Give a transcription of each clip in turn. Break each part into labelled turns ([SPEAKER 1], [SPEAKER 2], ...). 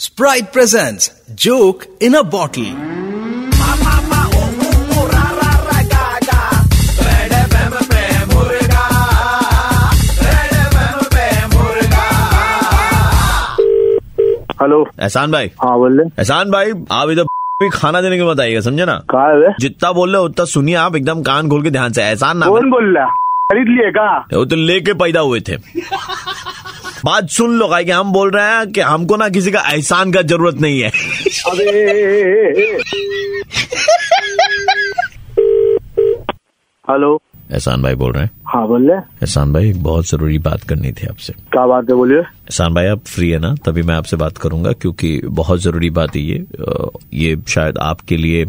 [SPEAKER 1] Sprite presents Joke in a Bottle.
[SPEAKER 2] Hello
[SPEAKER 3] Ehsan भाई
[SPEAKER 2] हाँ बोल रहे
[SPEAKER 3] एहसान भाई आप इधर भी खाना देने के लिए बताइएगा समझे ना
[SPEAKER 2] कहा है
[SPEAKER 3] जितना बोल रहे हो उतना सुनिए आप एकदम कान खोल के ध्यान से एहसान ना
[SPEAKER 2] कौन बोल रहा है? खरीद लिए का
[SPEAKER 3] वो तो लेके पैदा हुए थे बात सुन लो का हम बोल रहे हैं कि हमको ना किसी का एहसान का जरूरत नहीं है
[SPEAKER 2] अबे हेलो
[SPEAKER 3] एहसान भाई बोल रहे हैं
[SPEAKER 2] हाँ बोल रहे
[SPEAKER 3] एहसान भाई एक बहुत जरूरी बात करनी थी आपसे
[SPEAKER 2] क्या बात है बोलिए
[SPEAKER 3] एहसान भाई आप फ्री है ना तभी मैं आपसे बात करूंगा क्योंकि बहुत जरूरी बात है ये अ, ये शायद आपके लिए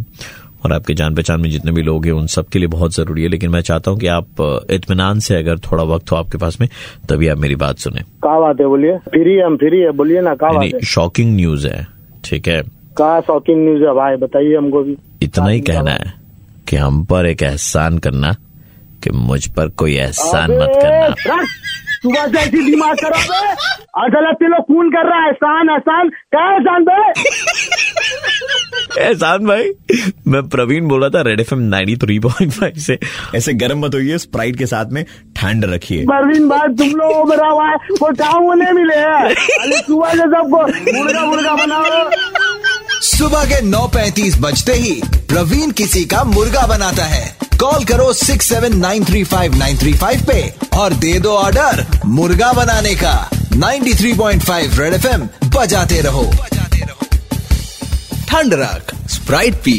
[SPEAKER 3] और आपके जान पहचान में जितने भी लोग हैं उन सबके लिए बहुत जरूरी है लेकिन मैं चाहता हूँ कि आप अ, इत्मीनान से अगर थोड़ा वक्त हो आपके पास में तभी आप मेरी बात सुने
[SPEAKER 2] क्या बात है बोलिए फ्री है हम फ्री है बोलिए ना क्या बात है
[SPEAKER 3] यानी शॉकिंग न्यूज है ठीक है
[SPEAKER 2] कहा शॉकिंग न्यूज है भाई बताइए हमको भी
[SPEAKER 3] इतना ही कहना है कि हम पर एक एहसान करना कि मुझ पर कोई एहसान मत करना
[SPEAKER 2] सुबह से ऐसी दिमाग करो बे। अदालत से लोग खून कर रहा है एहसान एहसान क्या एहसान बे
[SPEAKER 3] एहसान भाई मैं प्रवीण बोल रहा था Red F M ninety three point five से
[SPEAKER 4] ऐसे गर्म मत होइए स्प्राइट के साथ में ठंड रखिए
[SPEAKER 2] परवीन भाई तुम लोग मेरा भाई वो टाउन वो नहीं मिले हैं अरे सुबह से सबको मुर्गा मुर्गा बनाओ
[SPEAKER 1] सुबह के 9:35 बजते ही प्रवीण किसी का मुर्गा बनाता है कॉल करो 6793593 पे और दे दो ऑर्डर मुर्गा बनाने का 93.5 रेड एफएम बजाते रहो ठंड रख स्प्राइट पी